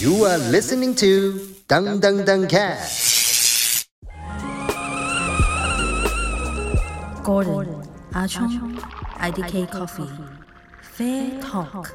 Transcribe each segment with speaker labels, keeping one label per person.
Speaker 1: You are listening to Dung Dung Dung Cat.
Speaker 2: Gordon 阿聰 IDK Coffee Fair Talk。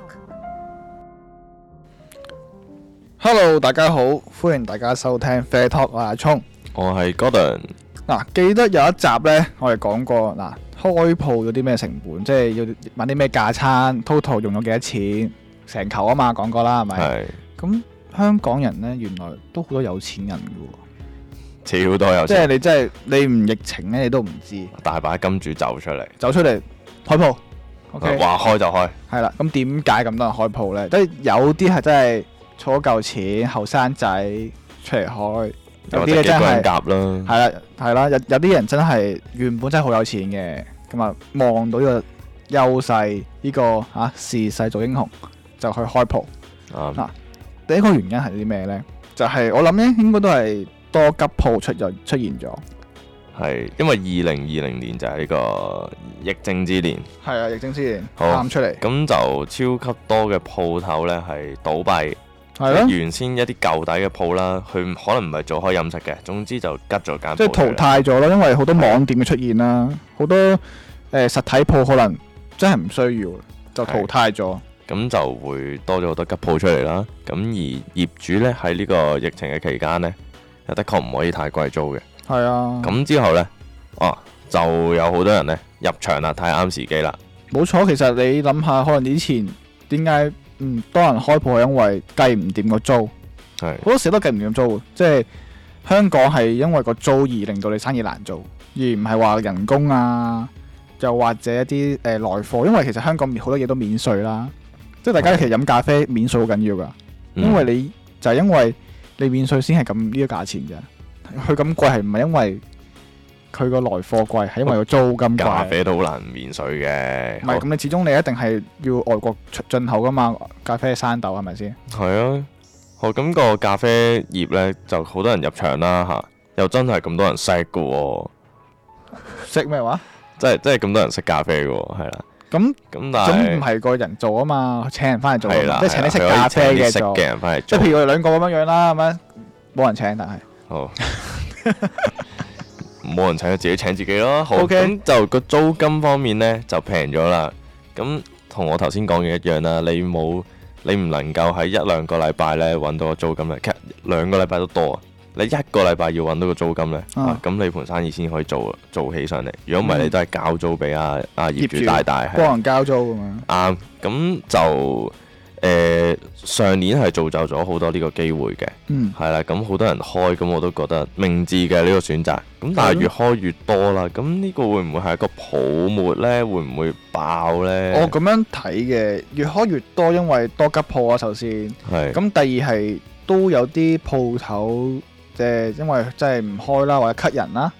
Speaker 3: Hello，大家好，歡迎大家收聽 Fair Talk 我係阿聰。
Speaker 4: 我係 Gordon，
Speaker 3: 嗱、記得有一集呢，我哋講過嗱、開鋪有啲咩成本，即係要買啲咩架餐，total 用咗幾多錢，成球啊嘛，講過啦，係咪？
Speaker 4: 係
Speaker 3: 咁香港人呢，原來都好多有錢人嘅
Speaker 4: 超多有
Speaker 3: 喎，即係
Speaker 4: 錢，
Speaker 3: 你真係你唔疫情呢，你都唔知，
Speaker 4: 大把金主走出嚟，啊
Speaker 3: 走出嚟開鋪，OK，
Speaker 4: 話開就開，
Speaker 3: 係啦。咁點解咁多人開鋪呢？即係有啲係真係儲咗嚿錢，後生仔出嚟開，有
Speaker 4: 有
Speaker 3: 啲呢
Speaker 4: 得幾
Speaker 3: 真
Speaker 4: 個
Speaker 3: 係
Speaker 4: 人。夾啦，
Speaker 3: 係啦，係啦，有有啲人真係原本真係好有錢嘅，咁啊望到呢個優勢，呢、個嚇、啊時勢做英雄，就去開鋪。
Speaker 4: 啊
Speaker 3: 第一個原因係啲咩呢？就係、我諗咧，應該都係多吉鋪出咗出現咗。
Speaker 4: 係因為二零二零年就係呢個疫症之年，
Speaker 3: 係啊，疫症之前
Speaker 4: 好
Speaker 3: 喊出嚟，
Speaker 4: 咁就超級多嘅鋪頭呢係倒閉，
Speaker 3: 係咯，
Speaker 4: 原先一啲舊底嘅鋪啦，佢唔可能唔係做開飲食嘅，總之就吉咗間
Speaker 3: 即係
Speaker 4: 鋪出嚟
Speaker 3: 淘，汰咗咯，因為好多網店嘅出現啦，好多誒、呃、實體鋪可能真係唔需要，就淘汰咗。
Speaker 4: 咁就會多咗好多吉鋪出嚟啦。咁而業主呢，喺呢個疫情嘅期間呢，又的確唔可以太貴租嘅。
Speaker 3: 係啊，
Speaker 4: 咁之後呢，哦，就有好多人呢入場啦，太啱時機啦，
Speaker 3: 冇錯，其實你諗下，可能以前點解唔多人開鋪係因為計唔掂個租，
Speaker 4: 係
Speaker 3: 好多時都計唔掂租，即係香港係因為個租而令到你生意難做，而唔係話人工啊，又或者一啲誒、呃、內貨，因為其實香港好多嘢都免稅啦，即係大家其實飲咖啡免稅好緊要㗎，
Speaker 4: 嗯
Speaker 3: 因為你就係因為你免稅先係咁呢個價錢啫，佢咁貴係唔係因為佢個內貨貴，係因為個租金
Speaker 4: 咖
Speaker 3: 貴。
Speaker 4: 啡都好難免水嘅，
Speaker 3: 唔係咁，你始終你一定係要外國出進口噶嘛，咖啡生豆係咪 先？
Speaker 4: 係啊。好咁、個咖啡業呢，就好多人入場啦吓，又真係咁多人識嘅喎，
Speaker 3: 識咩話？
Speaker 4: 即係即係咁多人識咖啡嘅喎，係啦。
Speaker 3: 咁
Speaker 4: 咁
Speaker 3: 咁唔
Speaker 4: 但係
Speaker 3: 係個人做啊嘛，請人翻嚟做啊
Speaker 4: 係
Speaker 3: 嘛，
Speaker 4: 啦，
Speaker 3: 即係請你識
Speaker 4: 係啦
Speaker 3: 咖
Speaker 4: 佢可
Speaker 3: 啡
Speaker 4: 以請啲
Speaker 3: 嘅
Speaker 4: 識
Speaker 3: 做，
Speaker 4: 嘅人翻嚟
Speaker 3: 即
Speaker 4: 做
Speaker 3: 係譬。如我哋兩個咁樣樣啦，咁樣冇人請，但係
Speaker 4: 好，冇人請佢自己請自己咯。好，咁
Speaker 3: OK
Speaker 4: 就個租金方面呢，就平咗啦。咁同我頭先講嘅一樣啦，你冇你唔能夠喺一兩個禮拜呢揾到個租金咧，其實兩個禮拜都多啊。你一個禮拜要揾到個租金呢，
Speaker 3: 啊嗯
Speaker 4: 啊，咁你盤生意先可以做做起上嚟。如果唔係，你都係交租俾阿阿業
Speaker 3: 業主
Speaker 4: 主大大係
Speaker 3: 幫人交租咁樣。
Speaker 4: 啱，咁就誒上年係造就咗好多呢個機會嘅。
Speaker 3: 嗯，
Speaker 4: 係啦，咁好多人開，咁我都覺得明智嘅呢、個選擇。咁但
Speaker 3: 係
Speaker 4: 係
Speaker 3: 咯
Speaker 4: 越開越多啦，咁呢個會唔會係一個泡沫呢？會唔會爆呢？
Speaker 3: 我咁樣睇嘅，越開越多，因為多吉鋪啊，首先。
Speaker 4: 係
Speaker 3: 咁第二係都有啲鋪頭誒，因為真係唔開啦，或者 cut 人啦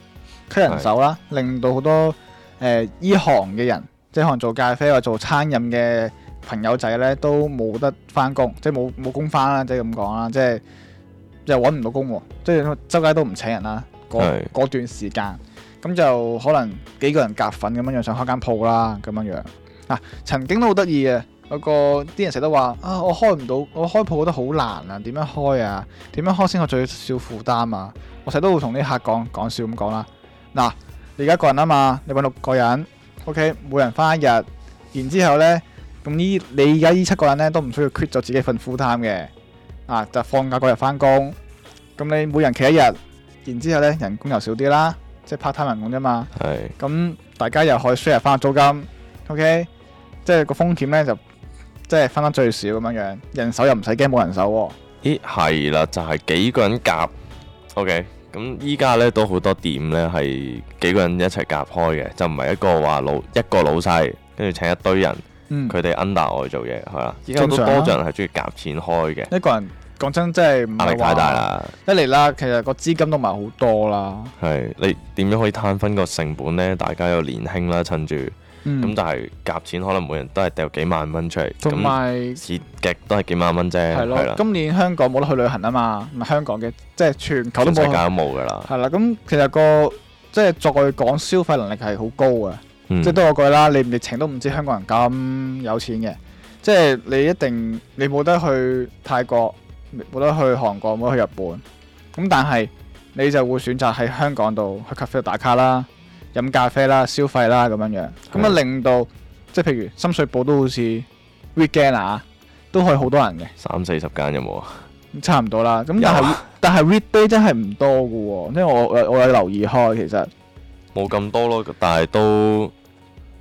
Speaker 3: ，cut 人手啦，令到好多誒依行嘅人，即係可能做咖啡或者做餐飲嘅朋友仔咧，都冇得翻工，即係冇冇工翻啦，即係咁講啦，即係又揾唔到工喎，即係周街都唔請人啦。嗰
Speaker 4: 係
Speaker 3: 嗰段時間，咁就可能幾個人夾份咁樣樣想開間鋪啦，咁樣樣啊，曾經都好得意嘅。有個啲人成日都話啊，我開唔到，我開鋪覺得好難啊，點樣開啊？點樣開先可以最少負擔啊？我成日都會同啲客講講笑咁講啦。嗱，你而家一個人啊嘛，你揾六個人，OK，每人翻一日，然之後呢，咁呢你而家呢七個人呢，都唔需要 quit 咗自己份 full time 嘅，啊就放假嗰日翻工，咁你每人企一日，然之後呢，人工又少啲啦，即係 part time 人工啫嘛。
Speaker 4: 係
Speaker 3: 咁大家又可以 share 翻租金，OK，即係個風險咧就即係分得最少咁樣樣，人手又唔使驚冇人手喎、
Speaker 4: 咦係啦，就係、幾個人夾。OK，咁依家呢都好多店呢係幾個人一齊夾開嘅，就唔係一個話老一個老細，跟住請一堆人，
Speaker 3: 嗯，
Speaker 4: 佢哋 under 我去做嘢係啦。依家都
Speaker 3: 正
Speaker 4: 多
Speaker 3: 常啊
Speaker 4: 咗人係中意夾錢開嘅，
Speaker 3: 一個人講真真係唔係
Speaker 4: 壓力太
Speaker 3: 話
Speaker 4: 大。啦。
Speaker 3: 一嚟啦，其實個資金都唔係好多啦。
Speaker 4: 係你點樣可以攤分個成本呢？大家又年輕啦，趁住。咁、
Speaker 3: 嗯，
Speaker 4: 但係夾錢可能每人都係掉幾萬蚊出嚟，
Speaker 3: 同
Speaker 4: 咁
Speaker 3: 埋
Speaker 4: 蝕極都係幾萬蚊啫，
Speaker 3: 係
Speaker 4: 係
Speaker 3: 咯
Speaker 4: 啦，，
Speaker 3: 今年香港冇得去旅行啊嘛，唔係香港嘅，即係全球都
Speaker 4: 全世
Speaker 3: 冇啊
Speaker 4: 界啊
Speaker 3: 去。
Speaker 4: 都冇噶啦，
Speaker 3: 係啦，咁其實個即係再講消費能力係好高嘅。
Speaker 4: 嗯
Speaker 3: 即係都有句啦，你唔疫情都唔知香港人咁有錢嘅，即係你一定你冇得去泰國，冇得去韓國，冇得去日本。咁但係你就會選擇喺香港度去咖啡度打卡啦、飲咖啡啦、消費啦咁樣樣。咁啊
Speaker 4: 係
Speaker 3: 令到即係譬如深水埗都好似 weekend 啊，都去好多人嘅。
Speaker 4: 三四十間有冇啊？
Speaker 3: 差唔多啦。咁
Speaker 4: 有
Speaker 3: 但係
Speaker 4: 啊
Speaker 3: 但係 weekday 真係唔多嘅喎，因為我我我有留意開其實
Speaker 4: 冇咁多咯，但係都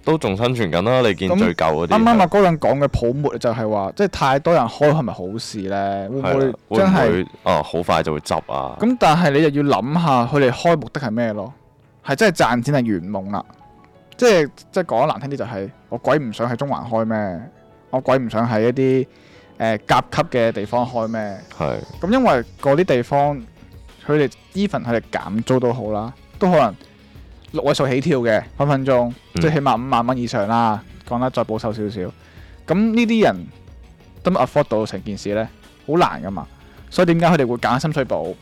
Speaker 4: 都仲生存緊啦。你見
Speaker 3: 咁
Speaker 4: 最舊嗰啲啊
Speaker 3: 啱啊啱阿高人講嘅泡沫就係話，即係太多人開係咪好事呢？會唔
Speaker 4: 係啦
Speaker 3: 會真係
Speaker 4: 會哦？好快就會執啊！
Speaker 3: 咁？但係你又要諗下佢哋開目的係咩咯？係真係賺錢定圓夢啦？即係即係講得難聽啲就係、我鬼唔想喺中環開咩？我鬼唔想喺一啲誒、呃甲級嘅地方開咩？
Speaker 4: 係
Speaker 3: 咁因為嗰啲地方，佢哋 even 佢哋減租都好啦，都可能六位數起跳嘅分分鐘，
Speaker 4: 嗯
Speaker 3: 即係起碼五萬蚊以上啦。講得再保守少少，咁呢啲人得唔 afford 到成件事呢？好難噶嘛。所以點解佢哋會揀深水埗，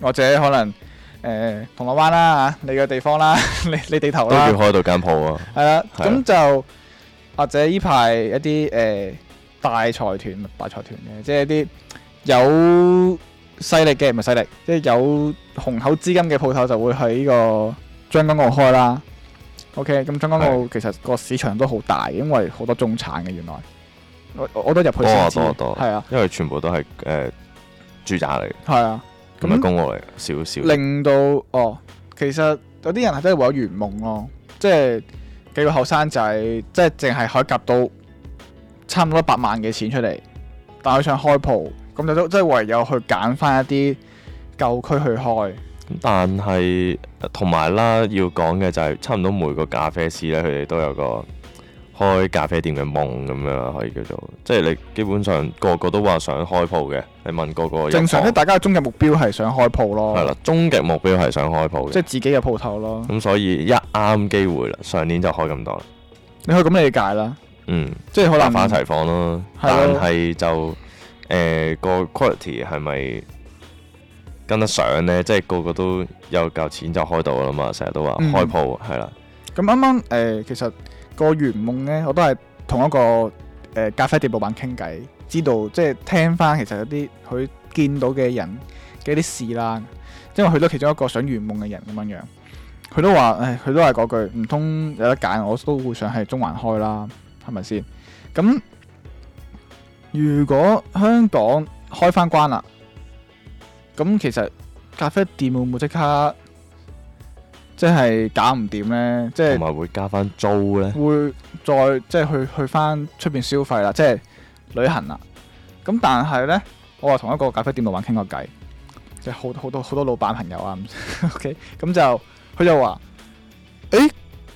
Speaker 3: 或者可能誒、呃、銅鑼灣啦你嘅地方啦， 你你地頭
Speaker 4: 都
Speaker 3: 啦
Speaker 4: 要，開到間鋪啊！
Speaker 3: 係啦，
Speaker 4: 係啊
Speaker 3: 咁就或者呢排一啲誒、呃大財團、大財團嘅，即係一啲有勢力嘅，唔係勢力，即係有雄厚資金嘅鋪頭就會喺呢個將軍澳開啦。OK，咁將軍澳其實個市場都好大，因為好多中產嘅原來，我我我都入去先知，
Speaker 4: 多啊多啊多啊
Speaker 3: 係啊
Speaker 4: 因為全部都係誒住宅嚟，
Speaker 3: 係啊，
Speaker 4: 咁咪
Speaker 3: 咁
Speaker 4: 公屋嚟，少少。
Speaker 3: 令到哦，其實有啲人係真係為咗圓夢咯，即係幾個後生仔，即係淨係可以夾到差唔多一百萬嘅錢出嚟，但係佢想開鋪，咁就都即係唯有去揀翻一啲舊區去開，
Speaker 4: 咁但係呃同埋啦，要講嘅就係差唔多每個咖啡師咧，佢哋都有個開咖啡店嘅夢咁樣，可以叫做，即係你基本上個個都話想開鋪嘅，你問個個入
Speaker 3: 正常咧，
Speaker 4: 行
Speaker 3: 大家嘅終極目標係想開鋪
Speaker 4: 係
Speaker 3: 咯，
Speaker 4: 啦，終極目標係想開鋪
Speaker 3: 即
Speaker 4: 嘅
Speaker 3: 係，自己嘅鋪頭咯，
Speaker 4: 咁所以一啱機會啦，上年就開咁多啦，
Speaker 3: 你可以咁理解啦，
Speaker 4: 嗯，
Speaker 3: 即係可
Speaker 4: 百
Speaker 3: 能
Speaker 4: 花齊放咯，
Speaker 3: 係
Speaker 4: 但
Speaker 3: 咯
Speaker 4: 係就誒個 quality 係咪跟得上呢？即係個個都有嚿錢就開到啦嘛，成日都話
Speaker 3: 嗯
Speaker 4: 開鋪係啦，
Speaker 3: 咁啱啱誒，其實個圓夢咧，我都係同一個誒、呃咖啡店老闆傾偈，知道即係聽翻其實有啲佢見到嘅人嘅一啲事啦，因為佢都其中一個想圓夢嘅人咁樣樣，佢都話誒，佢都係嗰句，唔通有得揀，我都會想喺中環開啦，係咪先？咁如果香港開翻關啦，咁其實咖啡店會唔會即刻即係搞唔掂呢？即係嗯
Speaker 4: 同。埋會加翻租呢。
Speaker 3: 會再即係去去翻出邊消費啦，即係旅行啦。咁但係呢，我話同一個咖啡店老闆傾過偈，即係好好多好多老闆朋友啊。咁 OK，咁就佢就話：，誒、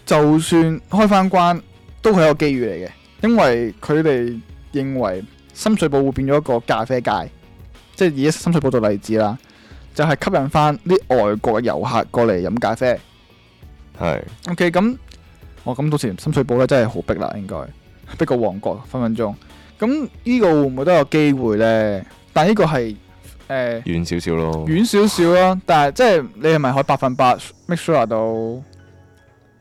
Speaker 3: 就算開翻關，都係一個機遇嚟嘅，因為佢哋認為深水埗會變咗一個咖啡界，即係以深水埗做例子啦，就係、吸引翻啲外國嘅遊客過嚟飲咖啡。
Speaker 4: 係
Speaker 3: OK，咁我咁到時深水埗咧真係好逼啦，應該逼過旺角分分鐘。咁呢個會唔會都有機會呢？但呢個係誒
Speaker 4: 遠少少咯，
Speaker 3: 遠少少啦，但係即係你係咪可以百分百 make sure 到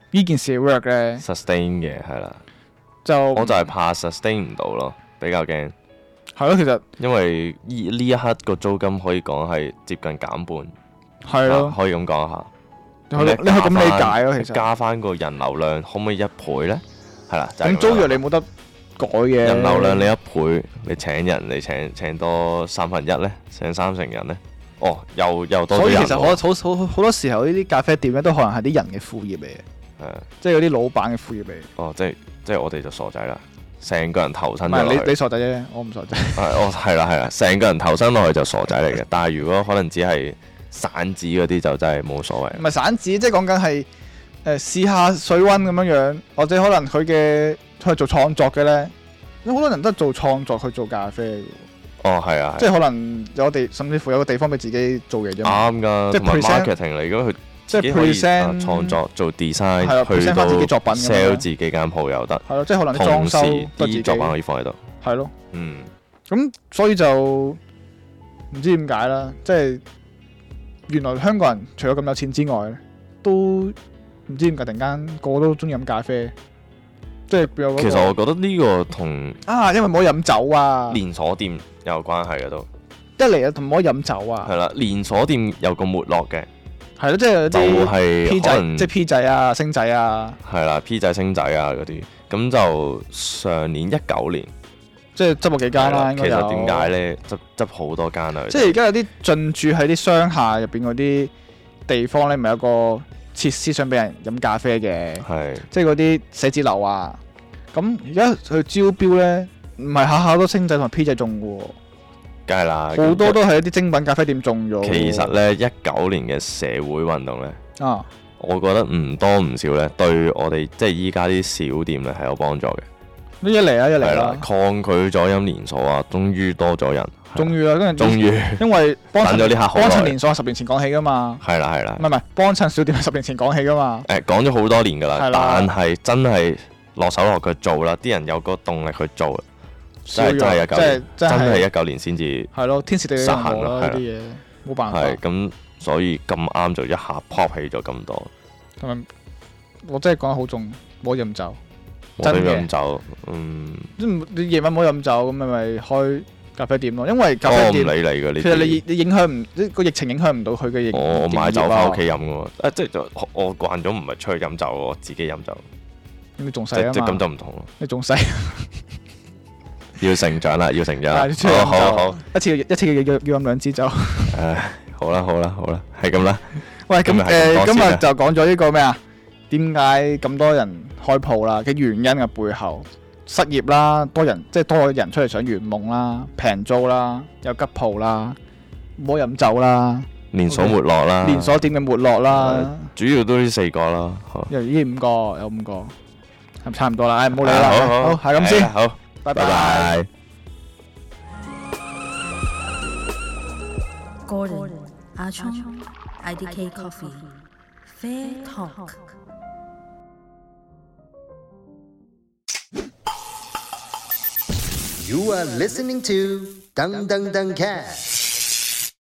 Speaker 3: 呢件事 work 呢？
Speaker 4: sustain 嘅係啦，
Speaker 3: 就
Speaker 4: 我就係怕 sustain 唔到咯，比較驚，
Speaker 3: 係咯，其實
Speaker 4: 因為依呢一刻個租金可以講係接近減半，
Speaker 3: 係
Speaker 4: 啊
Speaker 3: 咯，
Speaker 4: 可以咁講下。
Speaker 3: 你可以你可以咁理解咯，其實
Speaker 4: 加翻個人流量可唔可以一倍呢？係啦，就係
Speaker 3: 咁
Speaker 4: 咁
Speaker 3: 租
Speaker 4: 樣啦
Speaker 3: 約你冇得改嘅。
Speaker 4: 人流量你一倍，你請人你請請多三分一呢？請三成人呢？哦，又又多咗
Speaker 3: 所以
Speaker 4: 人
Speaker 3: 其
Speaker 4: 喎，
Speaker 3: 實我好好好多時候呢啲咖啡店咧都可能係啲人嘅副業嚟嘅，
Speaker 4: 係啊
Speaker 3: 即係嗰啲老闆嘅副業嚟嘅。
Speaker 4: 哦，即係即係我哋就傻仔啦，成個人投身
Speaker 3: 唔
Speaker 4: 咗
Speaker 3: 係
Speaker 4: 落去
Speaker 3: 你你傻仔啫，我唔傻仔。
Speaker 4: 係哦，係啦係啦，成個人投身落去就傻 仔嚟嘅。但係如果可能只係散紙嗰啲就真係冇所謂
Speaker 3: 唔。係散紙，即係講緊係誒試下水温咁樣樣，或者可能佢嘅佢係做創作嘅咧，有好多人都係做創作去做咖啡嘅喎，
Speaker 4: 哦，係啊，
Speaker 3: 即
Speaker 4: 係
Speaker 3: 係可能有地甚至乎有個地方俾自己做嘢啫嘛，
Speaker 4: 啱㗎，
Speaker 3: 即係
Speaker 4: 同埋
Speaker 3: present-
Speaker 4: marketing 嚟㗎，佢
Speaker 3: 即
Speaker 4: 啊自己
Speaker 3: 係
Speaker 4: 可以啊
Speaker 3: present
Speaker 4: 創作
Speaker 3: 係
Speaker 4: 做
Speaker 3: 啊
Speaker 4: design，去
Speaker 3: ，present
Speaker 4: 到
Speaker 3: 翻自己作品咁樣
Speaker 4: sell 自己間鋪又得，
Speaker 3: 係咯，即係可能啲裝
Speaker 4: 同時
Speaker 3: 修都係自己
Speaker 4: 啲作品可以放喺度。
Speaker 3: 係咯，
Speaker 4: 嗯，
Speaker 3: 咁所以就唔知點解啦，即係原來香港人除咗咁有錢之外咧，都唔知點解突然間個個都中意飲咖啡，即係有嗰個
Speaker 4: 其實我覺得呢個同
Speaker 3: 啊，因為冇飲酒啊。
Speaker 4: 連鎖店有關係嘅都
Speaker 3: 一嚟就唔可以飲酒啊，
Speaker 4: 係啦，連鎖店有個沒落嘅，
Speaker 3: 係咯，即係有
Speaker 4: 就
Speaker 3: 啲
Speaker 4: 係
Speaker 3: P
Speaker 4: 可
Speaker 3: 仔，
Speaker 4: 能
Speaker 3: 即係 P 仔啊、星仔啊，
Speaker 4: 係啦，P 仔星仔啊嗰啲，咁就上年一九年，
Speaker 3: 即係執過幾間
Speaker 4: 係
Speaker 3: 啦。
Speaker 4: 啦
Speaker 3: 應
Speaker 4: 其
Speaker 3: 該有
Speaker 4: 實點解？咧？執執好多間啊啦，
Speaker 3: 即係而家有啲進駐喺啲商廈入邊嗰啲地方咧，咪有個設施想俾人飲咖啡嘅，
Speaker 4: 係
Speaker 3: 即係嗰啲寫字樓啊。咁而家佢招標咧，唔係下下都星仔同 P 仔中嘅喎，
Speaker 4: 梗係啦，
Speaker 3: 好多都係一啲精品咖啡店中咗喎。
Speaker 4: 其實咧，一九年嘅社會運動咧，
Speaker 3: 啊，
Speaker 4: 我覺得唔多唔少咧，對我哋即係依家啲小店咧係有幫助嘅。
Speaker 3: 呢一嚟啊一嚟
Speaker 4: 係啦
Speaker 3: 啦，，
Speaker 4: 抗拒咗飲連鎖啊，終於多咗人，係
Speaker 3: 終於啦，跟住
Speaker 4: 終於
Speaker 3: 因為幫襯
Speaker 4: 等咗呢刻好耐
Speaker 3: 幫襯連鎖係十年前講起噶嘛，
Speaker 4: 係啦係啦
Speaker 3: 唔，係唔係幫襯小店係十年前講起噶嘛，
Speaker 4: 誒講咗好多年㗎啦
Speaker 3: 係，啦
Speaker 4: 但係真係落手落腳做啦，啲人有個動力去做啦，
Speaker 3: 少
Speaker 4: 真係真係一
Speaker 3: 咗，
Speaker 4: 九
Speaker 3: 即係
Speaker 4: 年，
Speaker 3: 真
Speaker 4: 真
Speaker 3: 係
Speaker 4: 係一九年先至
Speaker 3: 係咯，天時地利人和
Speaker 4: 實行啦
Speaker 3: 啦
Speaker 4: 係
Speaker 3: 呢
Speaker 4: 啦
Speaker 3: 啲嘢，冇辦
Speaker 4: 係
Speaker 3: 法。
Speaker 4: 咁，所以咁啱就一下 pop 起咗咁多，
Speaker 3: 同埋我真係講得好重，冇飲酒，
Speaker 4: 我
Speaker 3: 真
Speaker 4: 哋
Speaker 3: 嘅
Speaker 4: 飲酒，嗯，
Speaker 3: 即係唔你夜晚冇飲酒咁，咪咪開咖啡店咯。因為咖
Speaker 4: 我
Speaker 3: 啡
Speaker 4: 唔理
Speaker 3: 店
Speaker 4: 哦你㗎呢
Speaker 3: 其實你
Speaker 4: 啲。
Speaker 3: 你影響唔即個疫情影響唔到佢嘅營
Speaker 4: 我我買
Speaker 3: 營業
Speaker 4: 酒
Speaker 3: 啊
Speaker 4: 翻屋企飲嘅喎，啊即係就我我慣咗唔係出去飲酒，我自己飲
Speaker 3: 啊
Speaker 4: 酒，
Speaker 3: 你仲
Speaker 4: 即
Speaker 3: 細
Speaker 4: 即
Speaker 3: 啊
Speaker 4: 咁
Speaker 3: 嘛，
Speaker 4: 就唔同咯，
Speaker 3: 你仲細，
Speaker 4: 要成長 啦，要成長
Speaker 3: 但
Speaker 4: 啦
Speaker 3: 係，出去
Speaker 4: 好
Speaker 3: 飲
Speaker 4: 好
Speaker 3: 酒
Speaker 4: 好，
Speaker 3: 一次要一次要要要飲兩支酒。
Speaker 4: 唉，好啦好啦好啦，係咁啦，
Speaker 3: 喂，
Speaker 4: 今
Speaker 3: 咁
Speaker 4: 日
Speaker 3: 誒，
Speaker 4: 係咁多
Speaker 3: 今
Speaker 4: 先
Speaker 3: 日
Speaker 4: 啊
Speaker 3: 就講咗呢個咩啊？點解咁多人開鋪啦？嘅原因嘅背後，失業啦，多人即係多人出嚟想圓夢啦，平租啦，有吉鋪啦，冇飲酒啦，
Speaker 4: 連鎖沒落啦，
Speaker 3: 連鎖店嘅沒落啦，
Speaker 4: 主要都呢四個啦，好
Speaker 3: 又呢五個有五個，係差唔多啦，唉，唔好理
Speaker 4: 啊好
Speaker 3: 啦，好
Speaker 4: 好
Speaker 3: 係咁先
Speaker 4: 係啊，好，
Speaker 3: 拜
Speaker 4: 拜
Speaker 3: 拜。
Speaker 4: 拜。
Speaker 2: Gordon, Achong, IDK Coffee, Fair Talk.
Speaker 1: You are listening to Dung Dung Dung Cat.